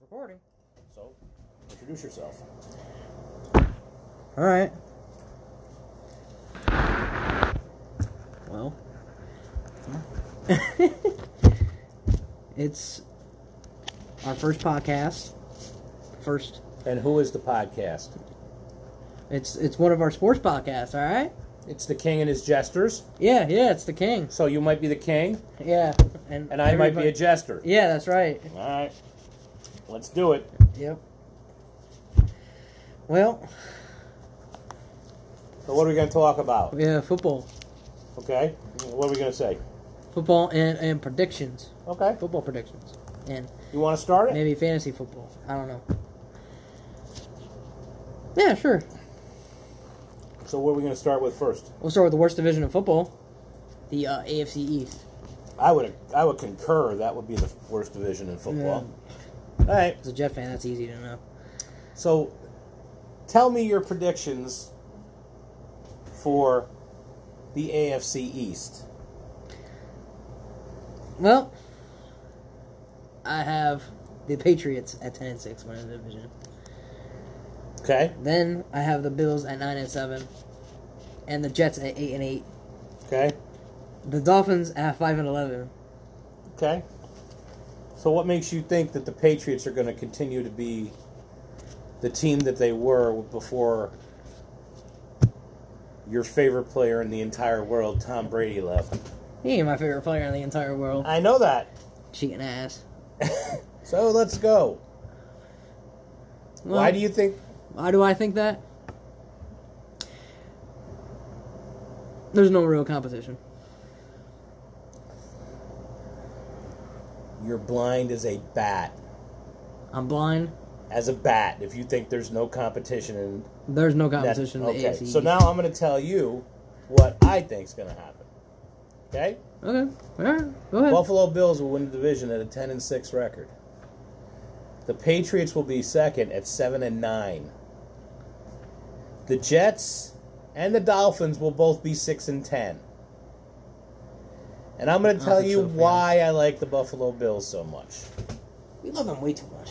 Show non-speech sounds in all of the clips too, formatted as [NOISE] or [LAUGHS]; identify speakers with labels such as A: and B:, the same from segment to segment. A: Recording.
B: So, introduce yourself.
A: All right. Well, [LAUGHS] it's our first podcast. First,
B: And who is the podcast?
A: it's it's one of our sports podcasts. All right.
B: It's the King and his Jesters.
A: Yeah, yeah, it's the Kings.
B: So you might be the king,
A: Yeah, and
B: and I might be a
A: everybody-
B: jester.
A: Yeah, that's right.
B: All right, let's do it.
A: Yep. Well,
B: So what are we going to talk about?
A: yeah, football,
B: Okay, what are we going to say?
A: football, and and predictions,
B: Okay,
A: football predictions, and
B: you want to start it?
A: Maybe fantasy football. I don't know. Yeah, sure.
B: So what are we going to start with first?
A: We'll start with the worst division of football, the uh, AFC East.
B: I would I would concur that would be the worst division in football. All right,
A: As a Jet fan, that's easy to know.
B: so tell me your predictions for the AFC East.
A: Well, I have the Patriots at ten and six winning the division.
B: Okay,
A: Then I have the Bills at nine and seven, and the Jets at eight and eight.
B: okay.
A: The Dolphins at five and eleven.
B: Okay. So what makes you think that the Patriots are going to continue to be the team that they were before your favorite player in the entire world, Tom Brady, left?
A: He ain't my favorite player in the entire world.
B: I know that.
A: Cheating ass.
B: So let's go. Why
A: Well-
B: do you think?
A: Why do I think that? There's no real competition.
B: You're blind as a bat.
A: I'm blind.
B: As a bat, if you think there's no competition in
A: There's no
B: that.
A: competition in the E.
B: Okay,
A: AFC.
B: so now I'm going to tell you what I think's going to happen. Okay?
A: Okay. All right. Go ahead.
B: Buffalo Bills will win the division at a 10 and 6 record. The Patriots will be second at 7 and 9. The Jets and the Dolphins will both be 6 and 10. And I'm going to
A: I
B: tell
A: think
B: you
A: so, yeah.
B: why I like the Buffalo Bills so much.
A: we love them way too much.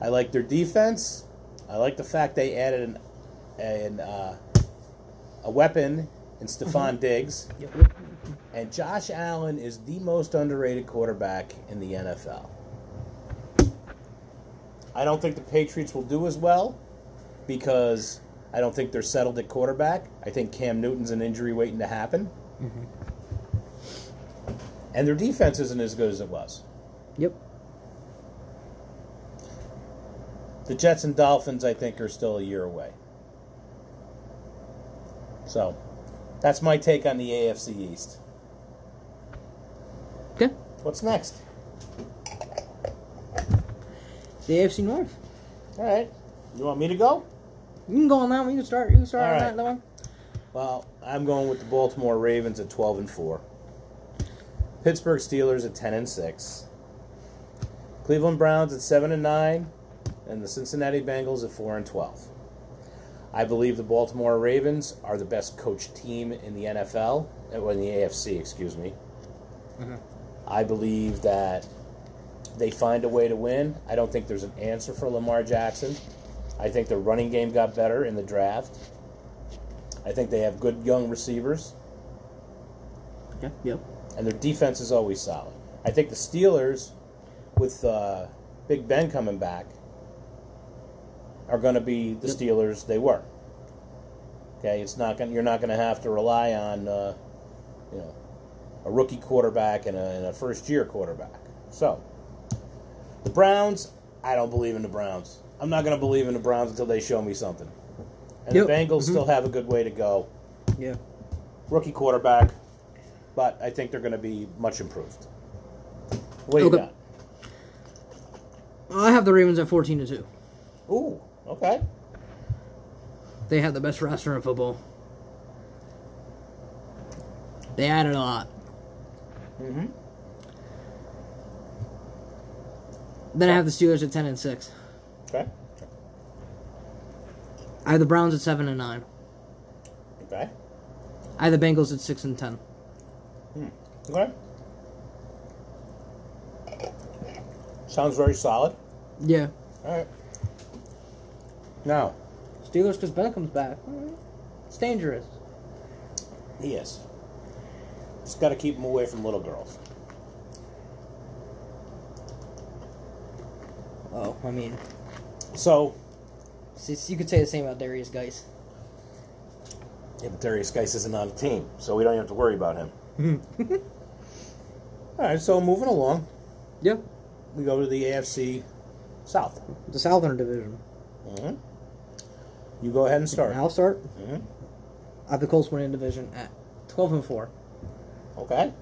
B: I like their defense. I like the fact they added an, an uh, a weapon in
A: Mm-hmm.
B: Stephon Diggs. And Josh Allen is the most underrated quarterback in the NFL. I don't think the Patriots will do as well because I don't think they're settled at quarterback. I think Cam Newton's an injury waiting to happen. Mm-hmm. And their defense isn't as good as it was.
A: Yep.
B: The Jets and Dolphins, I think, are still a year away. So, that's my take on the AFC East.
A: Okay.
B: What's next?
A: The AFC North.
B: All right. You want me to go?
A: You can go on that one. You can start. You can start
B: All
A: on
B: right.
A: that that one.
B: Well, I'm going with the Baltimore Ravens at 12 and 4. Pittsburgh Steelers at 10 and 6. Cleveland Browns at 7 and 9 and the Cincinnati Bengals at 4 and 12. I believe the Baltimore Ravens are the best coached team in the NFL, or uh, in the AFC, excuse me. I believe that they find a way to win. I don't think there's an answer for Lamar Jackson. I think the running game got better in the draft. I think they have good young receivers,
A: Okay. Yep.
B: and their defense is always solid. I think the Steelers, with uh, Big Ben coming back, are going to be the
A: Yep.
B: Steelers they were. Okay, it's not going. You're not going to have to rely on, uh, you know, a rookie quarterback and a, and a first-year quarterback. So, the Browns, I don't believe in the Browns. I'm not going to believe in the Browns until they show me something. And
A: Yep.
B: the Bengals
A: Mhm.
B: still have a good way to go
A: Yeah.
B: rookie quarterback, but I think they're going to be much improved. What do you
A: Okay.
B: got?
A: I have the Ravens at fourteen to two.
B: Ooh, okay.
A: They have the best roster in football. They added a lot.
B: Mm-hmm.
A: Then I have the Steelers at ten and six.
B: Okay.
A: I have the Browns at seven and nine.
B: Okay.
A: I have the Bengals at six and ten.
B: Hmm. Okay. Sounds very solid.
A: Yeah.
B: All right. Now,
A: Steelers because Beckham's back. All right. It's dangerous.
B: Yes. Just got to keep them away from little girls.
A: Oh, I mean,
B: So,
A: s- you could say the same about Darius Geis.
B: yeah, but Darius Geis isn't on the team, so we don't have to worry about him. [LAUGHS] All right, so moving along,
A: Yeah.
B: we go to the AFC South.
A: The Southern Division.
B: hmm You go ahead and start.
A: And I'll start.
B: hmm
A: I have the Colts winning the division at 12 and 4.
B: Okay.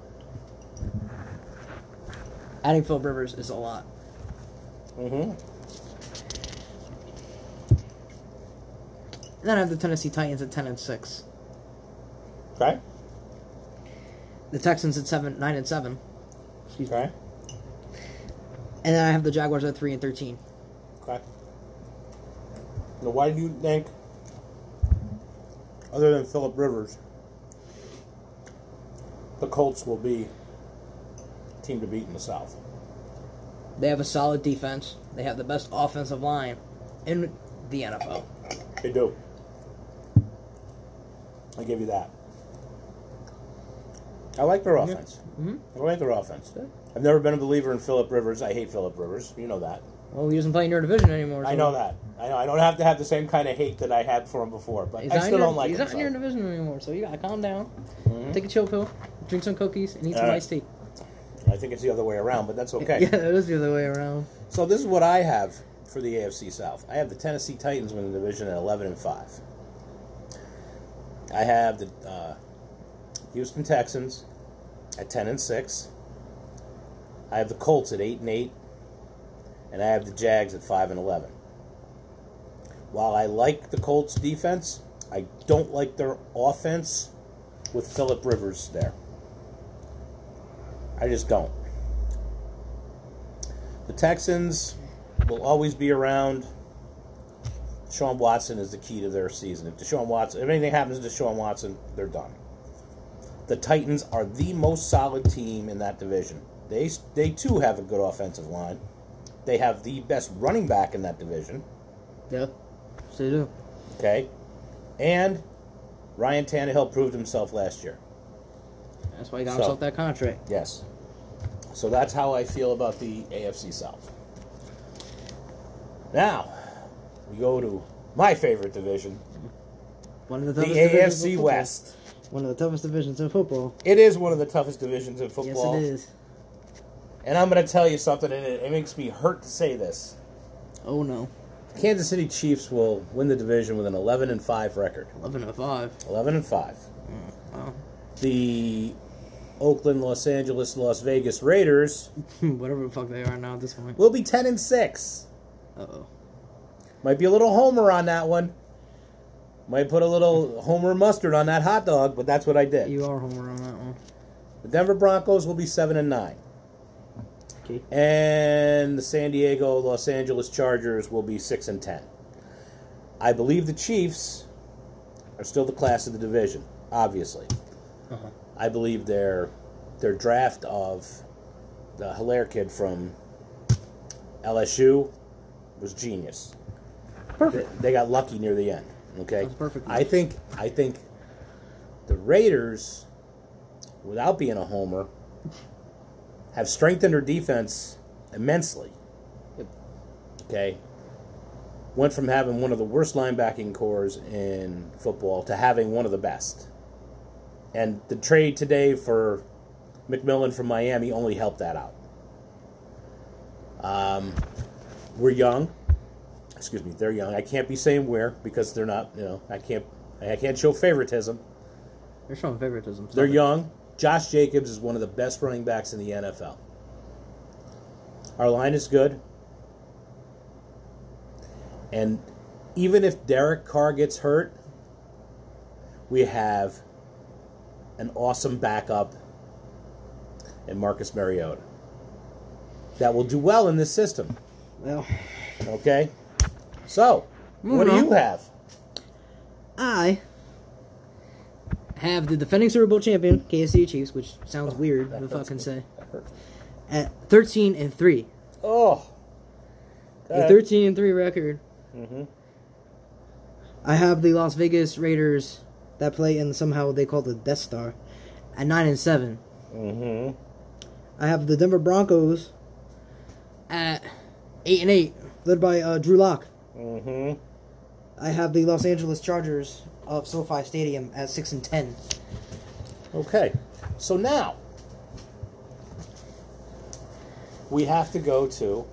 A: Adding Phil Rivers is a lot.
B: hmm
A: And then I have the Tennessee Titans at 10 and 6.
B: Okay.
A: The Texans at 7 9 and 7. Excuse me.
B: Okay.
A: And then I have the Jaguars at 3 and 13.
B: Okay. Now, why do you think, other than Philip Rivers, the Colts will be a team to beat in the South?
A: They have a solid defense. They have the best offensive line in the NFL.
B: They do. I give you that. I like their offense.
A: Mhm.
B: I like their offense.
A: Good.
B: I've never been a believer in Philip Rivers. I hate Philip Rivers. You know that.
A: Well, he doesn't play in your division anymore.
B: I
A: so-
B: know that. I know. I don't have to have the same kind of hate that I had for him before, but
A: He's not
B: I
A: in
B: still
A: your-
B: don't like
A: He's
B: him.
A: not
B: so.
A: in your division anymore, so you gotta calm down.
B: Mhm.
A: Take a chill pill, drink some cookies, and eat
B: All
A: some
B: right.
A: iced tea.
B: I think it's the other way around, but that's
A: [LAUGHS]
B: okay.
A: Yeah, that is the other way around.
B: So this is what I have for the AFC South. I have the Tennessee Titans winning the division at eleven and five. I have the uh, Houston Texans at ten and six. I have the Colts at eight and eight, and I have the Jags at five and eleven. While I like the Colts defense, I don't like their offense with Philip Rivers there. I just don't. The Texans will always be around. Deshaun Watson is the key to their season. If Deshaun Watson, if anything happens to Deshaun Watson, they're done. The Titans are the most solid team in that division. They they too have a good offensive line. They have the best running back in that division.
A: Yeah, so you do.
B: Okay, and Ryan Tannehill proved himself last year.
A: That's why he got
B: So-
A: himself that contract.
B: Yes. So that's how I feel about the AFC South. Now, we go to my favorite division,
A: One of
B: the
A: the toughest divisions in
B: AFC
A: football.
B: West.
A: One of the toughest divisions in football.
B: It is one of the toughest divisions in football.
A: Yes, it is.
B: And I'm going to tell you something, and it, it makes me hurt to say this.
A: Oh no,
B: Kansas City Chiefs will win the division with an 11 and 5 record.
A: eleven to five.
B: 11 and 5.
A: Wow. [LAUGHS]
B: The Oakland, Los Angeles, Las Vegas Raiders
A: Whatever the fuck they are now at this point.
B: will be 10 and 6.
A: Uh oh.
B: Might be a little homer on that one. Might put a little homer mustard on that hot dog, but that's what I did.
A: You are homer on that one.
B: The Denver Broncos will be seven and nine,
A: Okay.
B: and the San Diego Los Angeles Chargers will be six and ten. I believe the Chiefs are still the class of the division. Obviously,
A: Uh-huh.
B: I believe their their draft of the Hilaire kid from LSU was genius.
A: Perfect.
B: they got lucky near the end. Okay,
A: That's perfect.
B: I think I think the Raiders, without being a homer, have strengthened their defense immensely.
A: Yep.
B: Okay, went from having one of the worst linebacking cores in football to having one of the best, and the trade today for McMillan from Miami only helped that out. Um, we're young excuse me, they're young. I can't be saying where because they're not, you know, I can't I can't show favoritism.
A: They're showing favoritism. Stop
B: They're
A: it.
B: young. Josh Jacobs is one of the best running backs in the NFL. Our line is good. And even if Derek Carr gets hurt, we have an awesome backup in Marcus Mariota that will do well in this system.
A: Well,
B: Okay. So, what do
A: Moving on.
B: you have?
A: I have the defending Super Bowl champion, Kansas City Chiefs, which sounds weird
B: Oh,
A: to
B: That hurts
A: fucking
B: me.
A: say,
B: That hurts.
A: at 13 and 3.
B: [LAUGHS] Oh.
A: A 13 and 3 record.
B: Uh, Mm-hmm.
A: I have the Las Vegas Raiders that play in somehow they call it the Death Star at 9 and 7.
B: Mm-hmm.
A: I have the Denver Broncos at 8 and 8, led by uh, Drew Lock.
B: Mm-hmm.
A: I have the Los Angeles Chargers of SoFi Stadium at 6 and 10.
B: Okay, so now we have to go to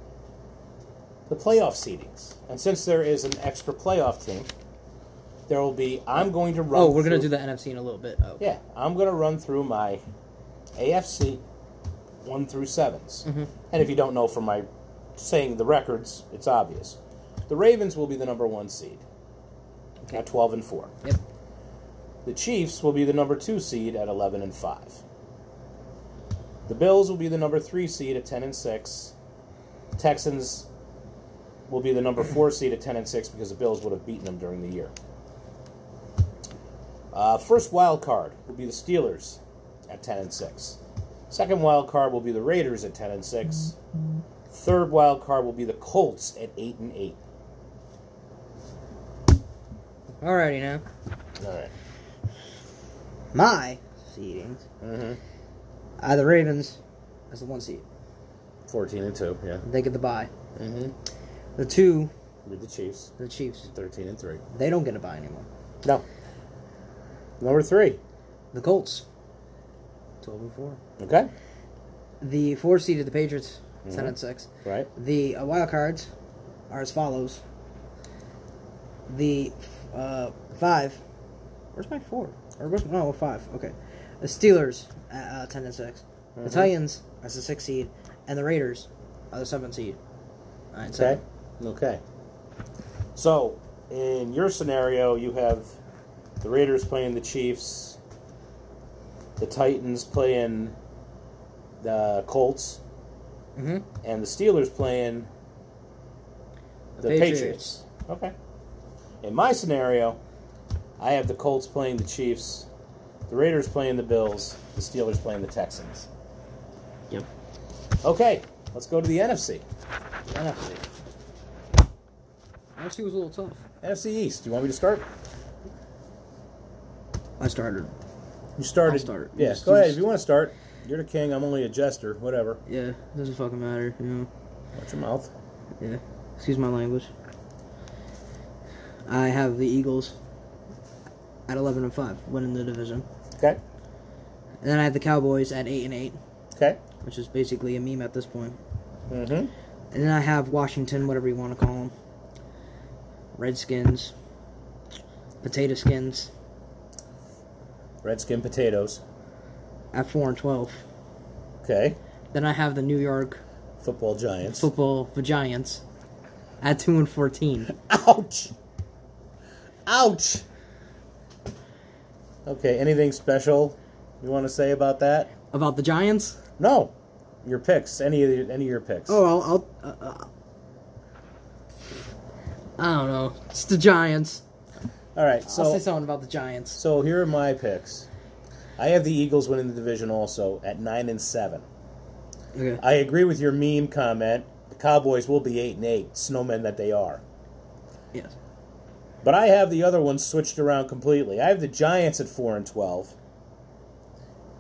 B: the playoff seedings, and since there is an extra playoff team, there will be. I'm going to run.
A: Oh, we're going to
B: through-
A: do the NFC in a little bit. Oh.
B: Yeah, I'm going to run through my AFC one through 7s and if you don't know from my saying the records, it's obvious. The Ravens will be the number one seed
A: Okay.
B: at 12 and four.
A: Yep.
B: The Chiefs will be the number two seed at 11 and 5. The Bills will be the number three seed at 10 and 6. Texans will be the number four seed at 10 and 6 because the Bills would have beaten them during the year. Uh, first wild card will be the Steelers at 10 and 6. Second wild card will be the Raiders at 10 and 6. Third wild card will be the Colts at 8 and 8.
A: Alrighty now.
B: All right.
A: My seedings.
B: Mm-hmm.
A: I have the Ravens as the one seed.
B: 14 and 2, yeah.
A: They get the bye.
B: Mm-hmm.
A: The two,
B: With the Chiefs,
A: the Chiefs.
B: 13 and 3.
A: They don't get a bye anymore.
B: No. Number three.
A: The Colts. 12 and 4.
B: Okay.
A: The four seed of the Patriots, 10
B: Mhm.
A: and 6.
B: Right.
A: The uh, wild cards are as follows. The uh, five. Where's my four? Or where's no five? Okay. The Steelers at uh, ten and 6 The
B: Mhm.
A: Titans as the six seed, and the Raiders are the seven seed. Nine and
B: Okay.
A: seven.
B: Okay. So, in your scenario, you have the Raiders playing the Chiefs, the Titans playing the Colts,
A: Mm-hmm.
B: and the Steelers playing the Patriots. Okay. In my scenario, I have the Colts playing the Chiefs, the Raiders playing the Bills, the Steelers playing the Texans.
A: Yep.
B: Okay, let's go to the NFC. The NFC.
A: Actually, was a little tough.
B: NFC East. Do you want me to start?
A: I started.
B: You started.
A: I'll start.
B: Yeah,
A: Just-
B: go ahead.
A: just-
B: If you want to start, you're the king. I'm only a jester. Whatever.
A: Yeah, doesn't fucking matter. You know.
B: Watch your mouth.
A: Yeah. Excuse my language. I have the Eagles at eleven and five, winning the division.
B: Okay.
A: And then I have the Cowboys at eight and eight,
B: Okay.
A: which is basically a meme at this point.
B: Mm-hmm.
A: And then I have Washington, whatever you want to call them, Redskins, Potato Skins
B: Redskin potatoes.
A: at four and twelve.
B: Okay.
A: Then I have the New York
B: Football giants.
A: Football Giants at two and fourteen.
B: Ouch. Ouch. Okay. Anything special you want to say about that?
A: About the Giants.
B: No. Your picks. Any of your, any of your picks.
A: Oh, I'll. I'll uh, uh, I don't know. It's the Giants.
B: All right. So
A: I'll say something about the Giants.
B: So here are my picks. I have the Eagles winning the division also at nine and seven.
A: Okay.
B: I agree with your meme comment. The Cowboys will be eight and eight, snowmen that they are.
A: Yes.
B: But I have the other ones switched around completely. I have the Giants at four and twelve.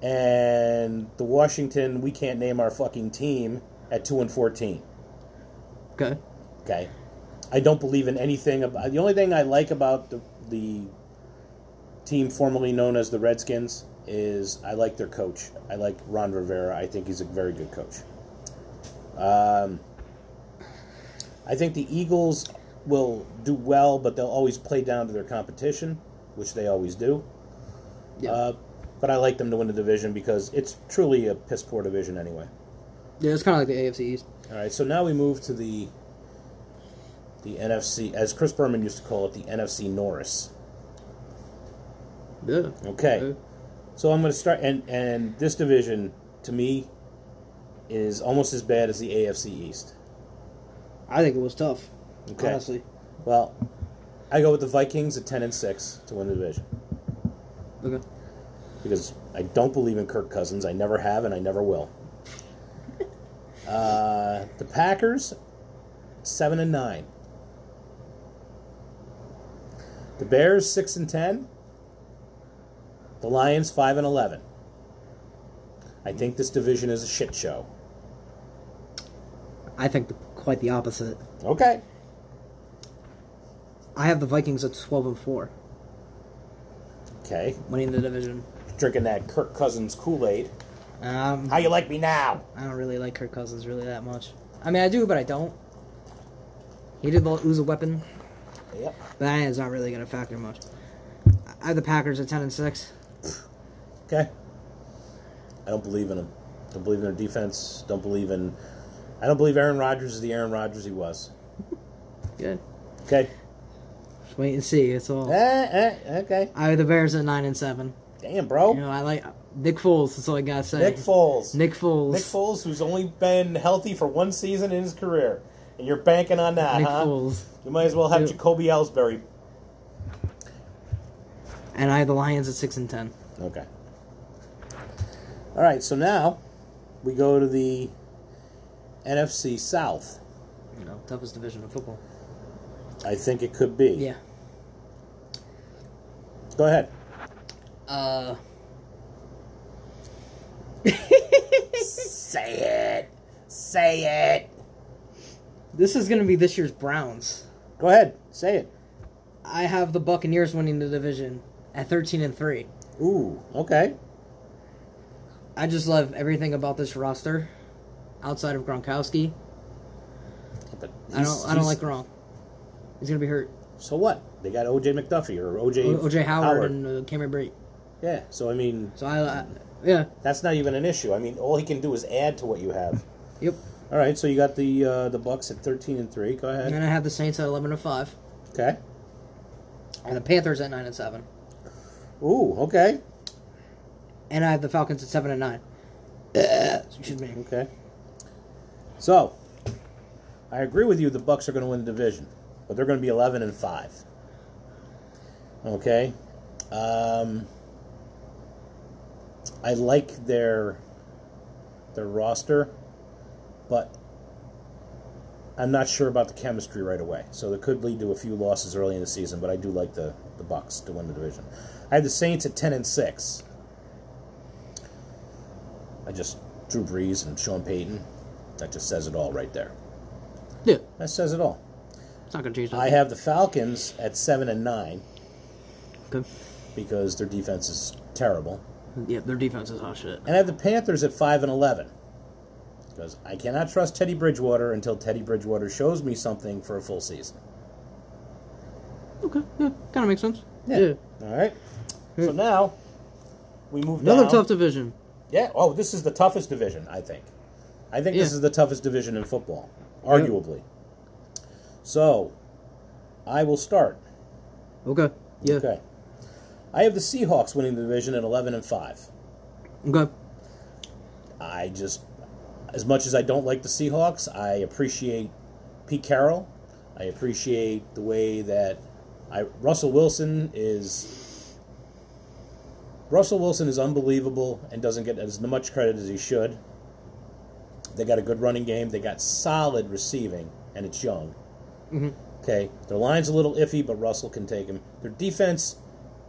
B: And the Washington, we can't name our fucking team at two and fourteen.
A: Okay.
B: Okay. I don't believe in anything about the only thing I like about the the team formerly known as the Redskins is I like their coach. I like Ron Rivera. I think he's a very good coach. Um, I think the Eagles will do well, but they'll always play down to their competition, which they always do.
A: Yeah.
B: Uh, but I like them to win the division because it's truly a piss poor division anyway.
A: yeah, it's kind of like the AFC East.
B: All right, so now we move to the the NFC, as Chris Berman used to call it, the NFC Norris.
A: Yeah.
B: Okay, so I'm going to start, and and this division to me is almost as bad as the AFC East.
A: I think it was tough.
B: Okay.
A: Honestly.
B: Well, I go with the Vikings at ten and six to win the division
A: Okay.
B: because I don't believe in Kirk Cousins. I never have, and I never will. Uh, the Packers, seven and nine. The Bears, six and ten. The Lions, five and eleven. I think this division is a shit show.
A: I think the, quite the opposite.
B: Okay.
A: I have the Vikings at twelve and four,
B: Okay.
A: winning the division.
B: Drinking that Kirk Cousins Kool Aid.
A: Um,
B: How you like me now?
A: I don't really like Kirk Cousins really that much. I mean, I do, but I don't. He did lose a weapon,
B: Yep.
A: but that is not really going to factor much. I have the Packers at ten and six.
B: Okay. I don't believe in him. Don't believe in their defense. Don't believe in. I don't believe Aaron Rodgers is the Aaron Rodgers he was.
A: Good.
B: Okay.
A: Just wait and see. It's all.
B: Eh, eh, okay.
A: I have the Bears at nine and seven.
B: Damn, bro.
A: You know, I like Nick Foles. That's all I gotta say.
B: Nick Foles.
A: Nick Foles.
B: Nick Foles, who's only been healthy for one season in his career, and you're banking on that,
A: Nick
B: huh?
A: Foles.
B: You might as well have
A: Yeah.
B: Jacoby Ellsbury.
A: And I have the Lions at six and ten.
B: Okay. All right. So now we go to the NFC South.
A: You know, toughest division of football.
B: I think it could be.
A: Yeah.
B: Go ahead.
A: Uh. [LAUGHS]
B: Say it. Say it.
A: This is gonna be this year's Browns.
B: Go ahead. Say it.
A: I have the Buccaneers winning the division at thirteen and three.
B: Ooh. Okay.
A: I just love everything about this roster, outside of Gronkowski.
B: But
A: I
B: he's-
A: don't. I don't
B: he's-
A: like Gronk. He's gonna be hurt.
B: So what? They got OJ McDuffie or OJ
A: O- OJ Howard, and uh, Cameron Brate.
B: yeah. So I mean,
A: So I, I. Yeah.
B: that's not even an issue. I mean, all he can do is add to what
A: [LAUGHS]
B: you have.
A: Yep.
B: All right. So you got the uh, the Bucks at thirteen and three. Go
A: And
B: ahead.
A: then I have the Saints at eleven and five,
B: Okay.
A: and the Panthers at nine and seven,
B: Ooh. Okay.
A: and I have the Falcons at seven and nine. Excuse me.
B: Okay. So, I agree with you. The Bucks are going to win the division, but they're going to be eleven and five. Okay. Um, I like their their roster, but I'm not sure about the chemistry right away. So it could lead to a few losses early in the season. But I do like the the Bucks to win the division. I had the Saints at ten and six. I just Drew Brees and Sean Payton. That just says it all right there.
A: Yeah,
B: That says it all.
A: it's not gonna change.
B: I have the Falcons at seven and nine
A: Good.
B: because their defense is terrible,
A: Yeah, their defense is hot shit.
B: and I have the Panthers at five and eleven because I cannot trust Teddy Bridgewater until Teddy Bridgewater shows me something for a full season.
A: Okay, yeah, kind of makes sense. Yeah.
B: All right. So now we move
A: Another
B: down.
A: tough division.
B: Yeah. Oh, this is the toughest division, I think. I think this
A: Yeah.
B: is the toughest division in football, arguably. So, I will start.
A: Okay. Yeah.
B: Okay. I have the Seahawks winning the division at 11 and 5.
A: Okay.
B: I just, as much as I don't like the Seahawks, I appreciate Pete Carroll. I appreciate the way that I Russell Wilson is. Russell Wilson is unbelievable and doesn't get as much credit as he should. They got a good running game. They got solid receiving, and it's young.
A: Mhm.
B: Okay, their line's a little iffy, but Russell can take him. Their defense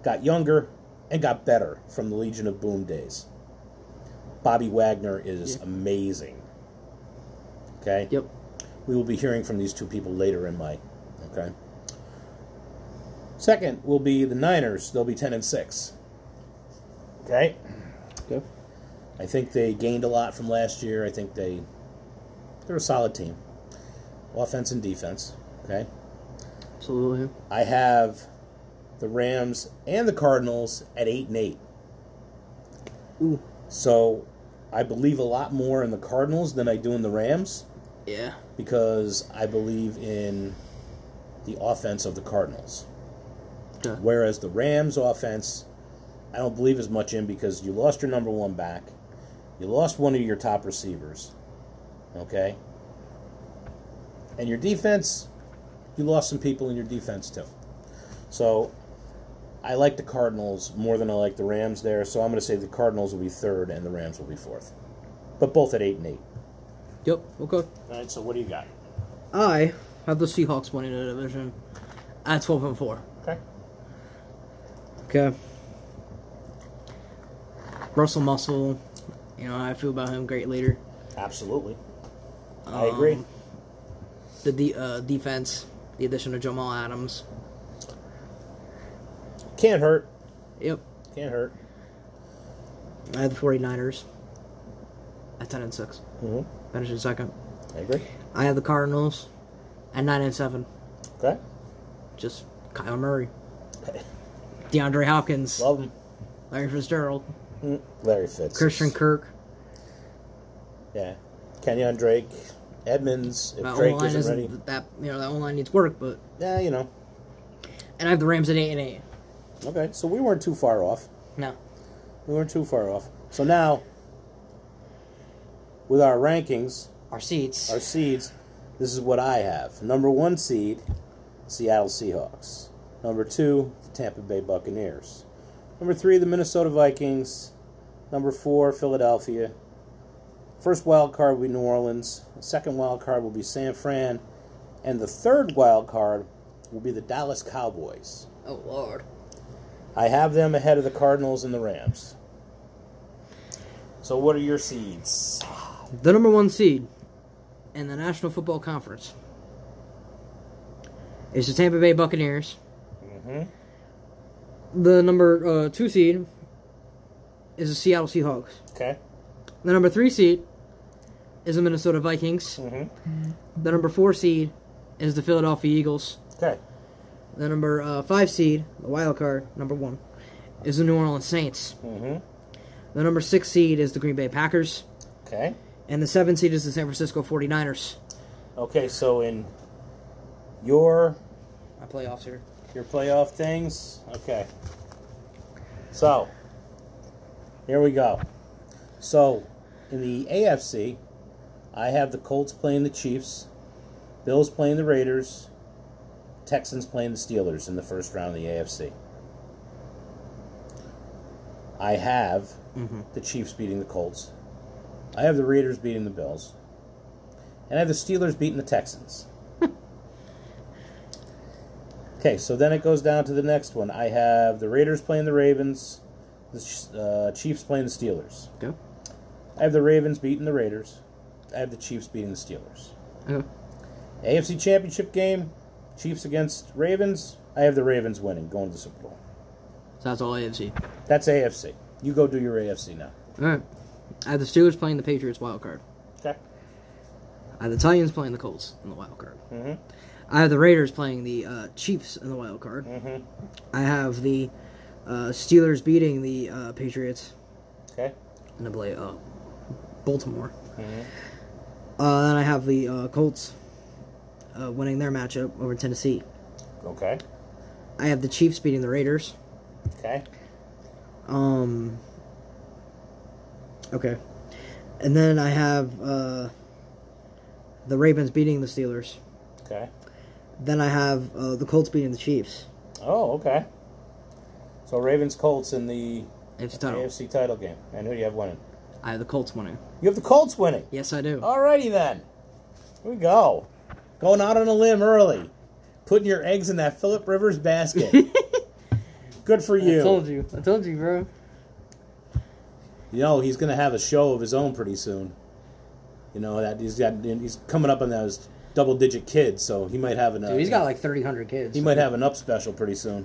B: got younger and got better from the Legion of Boom days. Bobby Wagner is
A: Yeah.
B: amazing. Okay?
A: Yep.
B: We will be hearing from these two people later in my. Okay? Second will be the Niners. They'll be 10 and 6. Okay?
A: Okay.
B: I think they gained a lot from last year. I think they they're a solid team. Offense and defense, okay?
A: Absolutely.
B: I have the Rams and the Cardinals at 8 and 8.
A: Ooh.
B: So I believe a lot more in the Cardinals than I do in the Rams
A: Yeah.
B: because I believe in the offense of the Cardinals.
A: Okay.
B: Whereas the Rams offense, I don't believe as much in because you lost your number one back, you lost one of your top receivers, okay, and your defense, you lost some people in your defense too. So, I like the Cardinals more than I like the Rams there. So I'm going to say the Cardinals will be third and the Rams will be fourth, but both at eight and eight.
A: Yep. Okay.
B: All right, so what do you got?
A: I have the Seahawks winning the division at twelve and four.
B: Okay.
A: Okay. Russell Muscle, you know how I feel about him. Great leader.
B: Absolutely. I agree.
A: Um, The de- uh, defense, the addition of Jamal Adams.
B: Can't hurt.
A: Yep.
B: Can't hurt.
A: I have the 49ers at 10 and 6.
B: Mm-hmm.
A: Finishing second.
B: I agree.
A: I have the Cardinals at 9 and 7.
B: Okay.
A: Just Kyle
B: [LAUGHS]
A: Murray, DeAndre Hopkins,
B: Love him.
A: Larry Fitzgerald,
B: Mm. Larry Fitz.
A: Hmm. Christian Kirk.
B: Yeah. Kenyon Drake. Edmonds. If
A: That
B: Drake
A: O-line
B: isn't
A: isn't
B: ready.
A: that you know that O-line needs work, but
B: Yeah, you know.
A: and I have the Rams at 8 and 8.
B: Okay, so we weren't too far off.
A: No.
B: We weren't too far off. So now, with our rankings,
A: Our seats.
B: our seeds, this is what I have. Number one seed, Seattle Seahawks. Number two, the Tampa Bay Buccaneers. Number three, the Minnesota Vikings. Number four, Philadelphia. First wild card will be New Orleans. The second wild card will be San Fran. And the third wild card will be the Dallas Cowboys.
A: oh lord.
B: I have them ahead of the Cardinals and the Rams. So what are your seeds?
A: The number 1 seed in the National Football Conference is the Tampa Bay Buccaneers.
B: Mm-hmm.
A: The number uh, 2 seed is the Seattle Seahawks.
B: Okay.
A: The number three seed is the Minnesota Vikings.
B: Mm-hmm.
A: The number four seed is the Philadelphia Eagles.
B: Okay.
A: The number uh, five seed, the wild card, number one, is the New Orleans Saints.
B: Mm-hmm.
A: The number six seed is the Green Bay Packers.
B: Okay.
A: And the seven seed is the San Francisco 49ers.
B: Okay. So in your
A: My playoffs here.
B: your playoff things, okay. So here we go. So in the AFC, I have the Colts playing the Chiefs, Bills playing the Raiders, Texans playing the Steelers in the first round of the AFC. I have
A: Mm-hmm.
B: the Chiefs beating the Colts. I have the Raiders beating the Bills. And I have the Steelers beating the Texans. okay, so then it goes down to the next one. I have the Raiders playing the Ravens, the uh, Chiefs playing the Steelers.
A: Go.
B: I have the Ravens beating the Raiders. I have the Chiefs beating the Steelers.
A: Okay.
B: AFC Championship game, Chiefs against Ravens. I have the Ravens winning, going to the Super Bowl.
A: So that's all AFC.
B: That's AFC. You go do your AFC now.
A: All right. I have the Steelers playing the Patriots wild card.
B: Okay.
A: I have the Titans playing the Colts in the wild card.
B: Mm-hmm.
A: I have the Raiders playing the uh, Chiefs in the wild card.
B: Mm-hmm.
A: I have the uh, Steelers beating the uh, Patriots
B: Okay.
A: in the play uh, Baltimore.
B: Mm-hmm.
A: Uh, then I have the uh, Colts uh, winning their matchup over Tennessee.
B: Okay.
A: I have the Chiefs beating the Raiders.
B: Okay.
A: Um, okay, and then I have uh, the Ravens beating the Steelers.
B: Okay.
A: Then I have uh, the Colts beating the Chiefs.
B: Oh, okay. So Ravens Colts in the
A: AFC title.
B: AFC title game. And who do you have winning?
A: I have the Colts winning.
B: You have the Colts winning.
A: Yes, I do.
B: Alrighty then. Here we go. Going out on a limb early. Putting your eggs in that Philip
A: [LAUGHS]
B: Rivers basket. Good for you.
A: you. I told you, bro.
B: You know he's going to have a show of his own pretty soon. You know that he's got he's coming up on those double digit kids, so he might have an uh,
A: Dude, he's got like 300 kids.
B: he might have an up special pretty soon.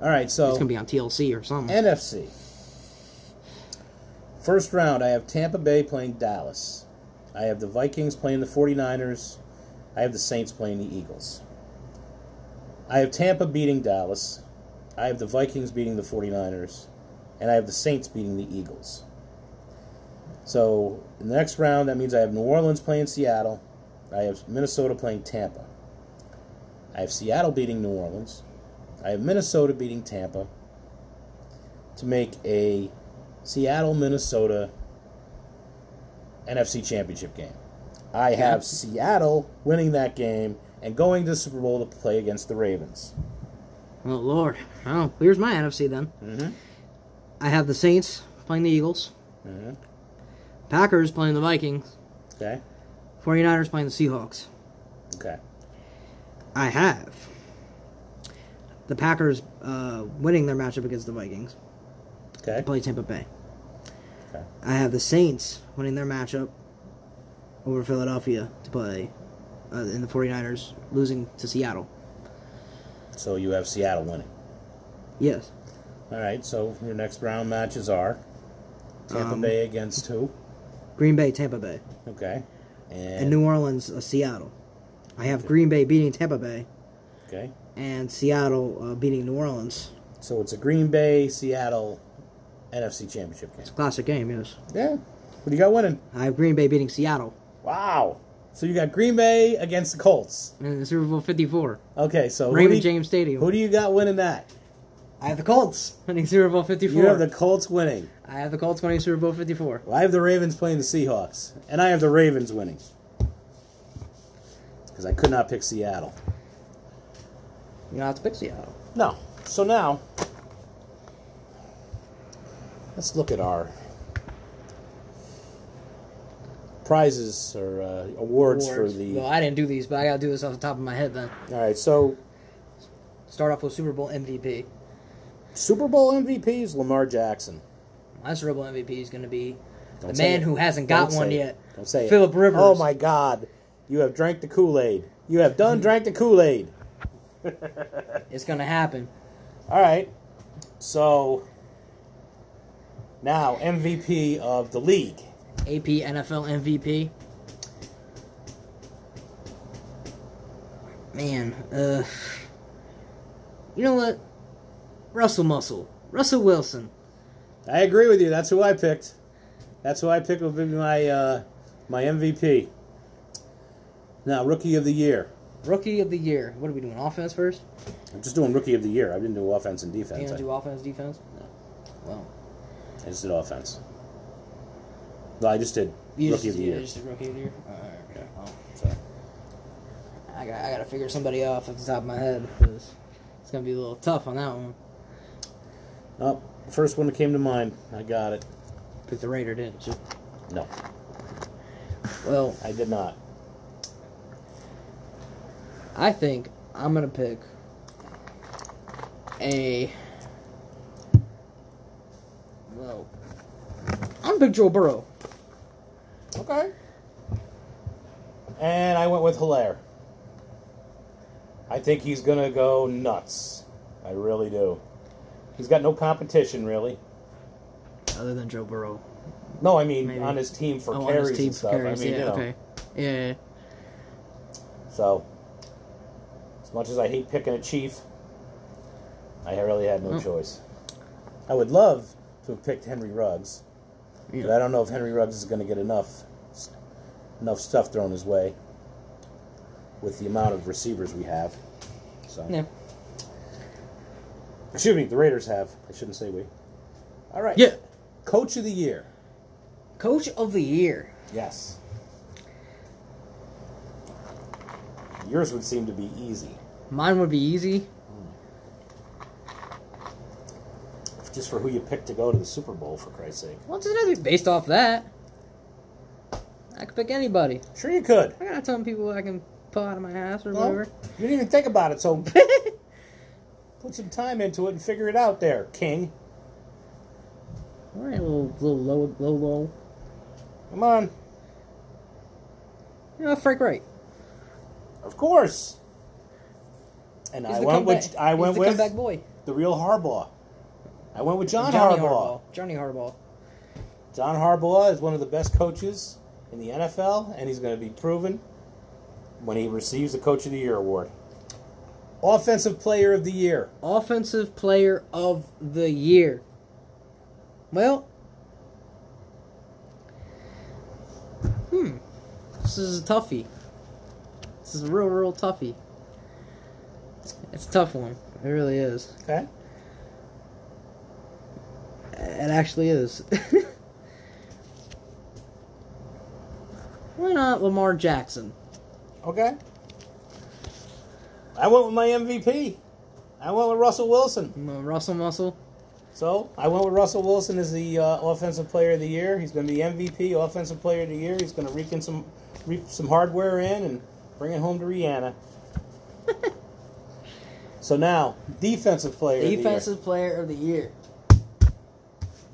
B: All right, so
A: It's gonna be on TLC or something.
B: NFC. First round, I have Tampa Bay playing Dallas. I have the Vikings playing the 49ers. I have the Saints playing the Eagles. I have Tampa beating Dallas. I have the Vikings beating the 49ers. And I have the Saints beating the Eagles. So, in the next round, that means I have New Orleans playing Seattle. I have Minnesota playing Tampa. I have Seattle beating New Orleans. I have Minnesota beating Tampa to make a Seattle Minnesota NFC Championship game. I have Seattle winning that game and going to the Super Bowl to play against the Ravens.
A: Oh lord. Oh, here's my NFC then.
B: Mm-hmm.
A: I have the Saints playing the Eagles.
B: Mhm.
A: Packers playing the Vikings.
B: Okay.
A: 49ers playing the Seahawks.
B: Okay.
A: I have the Packers uh, winning their matchup against the Vikings.
B: Okay.
A: They play Tampa Bay.
B: Okay.
A: I have the Saints winning their matchup over Philadelphia to play uh, in the 49ers, losing to Seattle.
B: So you have Seattle winning.
A: Yes.
B: All right. So your next round matches are Tampa
A: Um,
B: Bay against who?
A: Green Bay, Tampa Bay.
B: Okay. And,
A: And New Orleans, uh, Seattle. I have Green Bay beating Tampa Bay
B: okay.
A: and Seattle uh, beating New Orleans.
B: So it's a Green Bay Seattle NFC Championship game.
A: Classic game, yes.
B: Yeah. What do you got winning?
A: I have Green Bay beating Seattle
B: Wow. So you got Green Bay against the Colts.
A: in the Super Bowl 54.
B: Okay. So who do,
A: Raymond
B: you,
A: James Stadium.
B: who do you got winning that?
A: I have the Colts winning Super Bowl 54.
B: You have the Colts winning.
A: I have the Colts winning Super Bowl 54.
B: Well, I have the Ravens playing the Seahawks, and I have the Ravens winning because I could not pick Seattle.
A: You know, it's pick Seattle.
B: No. So now, let's look at our prizes or uh, awards, for the.
A: Well, I didn't do these, but I gotta do this off the top of my head then.
B: All right, so
A: Start off with Super Bowl MVP.
B: Super Bowl MVP is Lamar Jackson.
A: My Super Bowl MVP is gonna be
B: Don't
A: the
B: say
A: man
B: it.
A: who hasn't got
B: Don't say
A: one
B: it.
A: yet.
B: Don't say it.
A: Phillip Rivers.
B: Oh my God! You have drank the Kool Aid. You have done drank the Kool Aid.
A: It's gonna happen.
B: All right. So now MVP of the league.
A: AP NFL MVP. Man, uh, you know what? Russell Muscle, Russell Wilson.
B: I agree with you. That's who I picked. That's who I picked would be my uh, my MVP. Now rookie of the year.
A: Rookie of the year. What are we doing? Offense first?
B: I'm just doing rookie of the year. I didn't do offense and
A: You
B: defense.
A: gonna
B: I,
A: do offense, defense?
B: No.
A: Well,
B: I just did offense. No, I just did
A: you
B: rookie
A: just-
B: of the
A: you
B: year.
A: just did rookie of the year. Alright, okay. Well,
B: So,
A: I got I gotta figure somebody off at the top of my head because it's gonna be a little tough on that one.
B: oh, first one that came to mind. I got it.
A: Pick the Raider, didn't you?
B: No,
A: Well,
B: I did not.
A: I think I'm gonna pick a. Well, I'm gonna pick Joe Burrow.
B: Okay. And I went with Hilaire. I think he's going to go nuts. I really do. He's got no competition, really.
A: Other than Joe Burrow,
B: No, I mean
A: Maybe.
B: on his team for
A: oh, on
B: carries
A: his team
B: and stuff.
A: carries.
B: I mean,
A: yeah,
B: you know.
A: okay, yeah, yeah.
B: So, as much as I hate picking a chief, I really had no
A: Oh.
B: choice. I would love to have picked Henry Ruggs,
A: yeah.
B: but I don't know if Henry Ruggs is going to get enough enough stuff thrown his way with the amount of receivers we have. So.
A: Yeah.
B: Excuse me, the Raiders have. I shouldn't say we. All right.
A: Yeah.
B: Coach of the year.
A: Coach of the year.
B: Yes. Yours would seem to be easy,
A: Mine would be easy.
B: just for who you picked to go to the Super Bowl, for Christ's sake.
A: What's another based off that? I could pick anybody.
B: Sure, you could.
A: I got a ton of people I can pull out of my ass or
B: Well,
A: whatever. [LAUGHS]
B: you didn't even think about it, so put some time into it and figure it out there, King.
A: All right, little little low low low.
B: Come on.
A: You know, Frank Wright.
B: Of course. And
A: He's
B: I
A: the
B: went
A: comeback.
B: with I
A: He's
B: went
A: the
B: with
A: comeback boy.
B: the real Harbaugh. I went with John
A: Johnny
B: Harbaugh.
A: Johnny Harbaugh.
B: John Harbaugh is one of the best coaches in the NFL, and he's going to be proven when he receives the Coach of the Year award. Offensive Player of the Year.
A: Offensive Player of the Year. Well, hmm, this is a toughie. This is a real, real toughie. It's a tough one. It really is.
B: Okay.
A: It actually is. [LAUGHS] Why not Lamar Jackson?
B: Okay. I went with my MVP. I went with Russell Wilson.
A: Uh, Russell Muscle.
B: So I went with Russell Wilson as the uh, offensive player of the year. He's going to be MVP, offensive player of the year. He's going to reap in some reap some hardware in and bring it home to [LAUGHS] Rihanna. so now defensive player. of the year.
A: Defensive player of the year.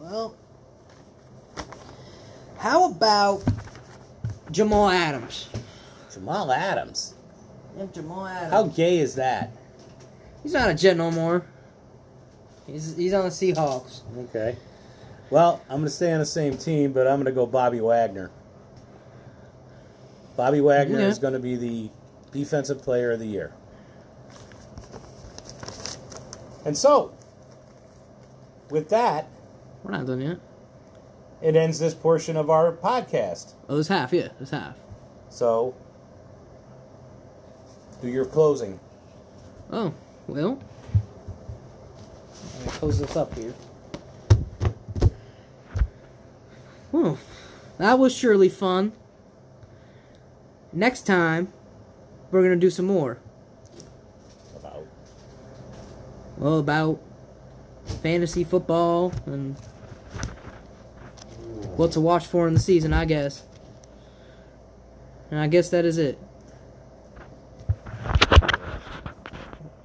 A: Well, how about Jamal Adams?
B: Jamal Adams.
A: Yeah, Jamal Adams.
B: How gay is that?
A: He's not a Jet no more. He's he's on the Seahawks.
B: Okay. Well, I'm going to stay on the same team, but I'm going to go Bobby Wagner. Bobby Wagner
A: Yeah.
B: is going to be the defensive player of the year. And so, with that,
A: We're not done yet.
B: it ends this portion of our podcast.
A: Oh, it's half. Yeah, it's half.
B: So, do your closing.
A: Oh, well. Let me close this up here. Whew. That was surely fun. Next time, we're going to do some more.
B: About
A: Well, about fantasy football and what to watch for in the season, I guess. And I guess that is it.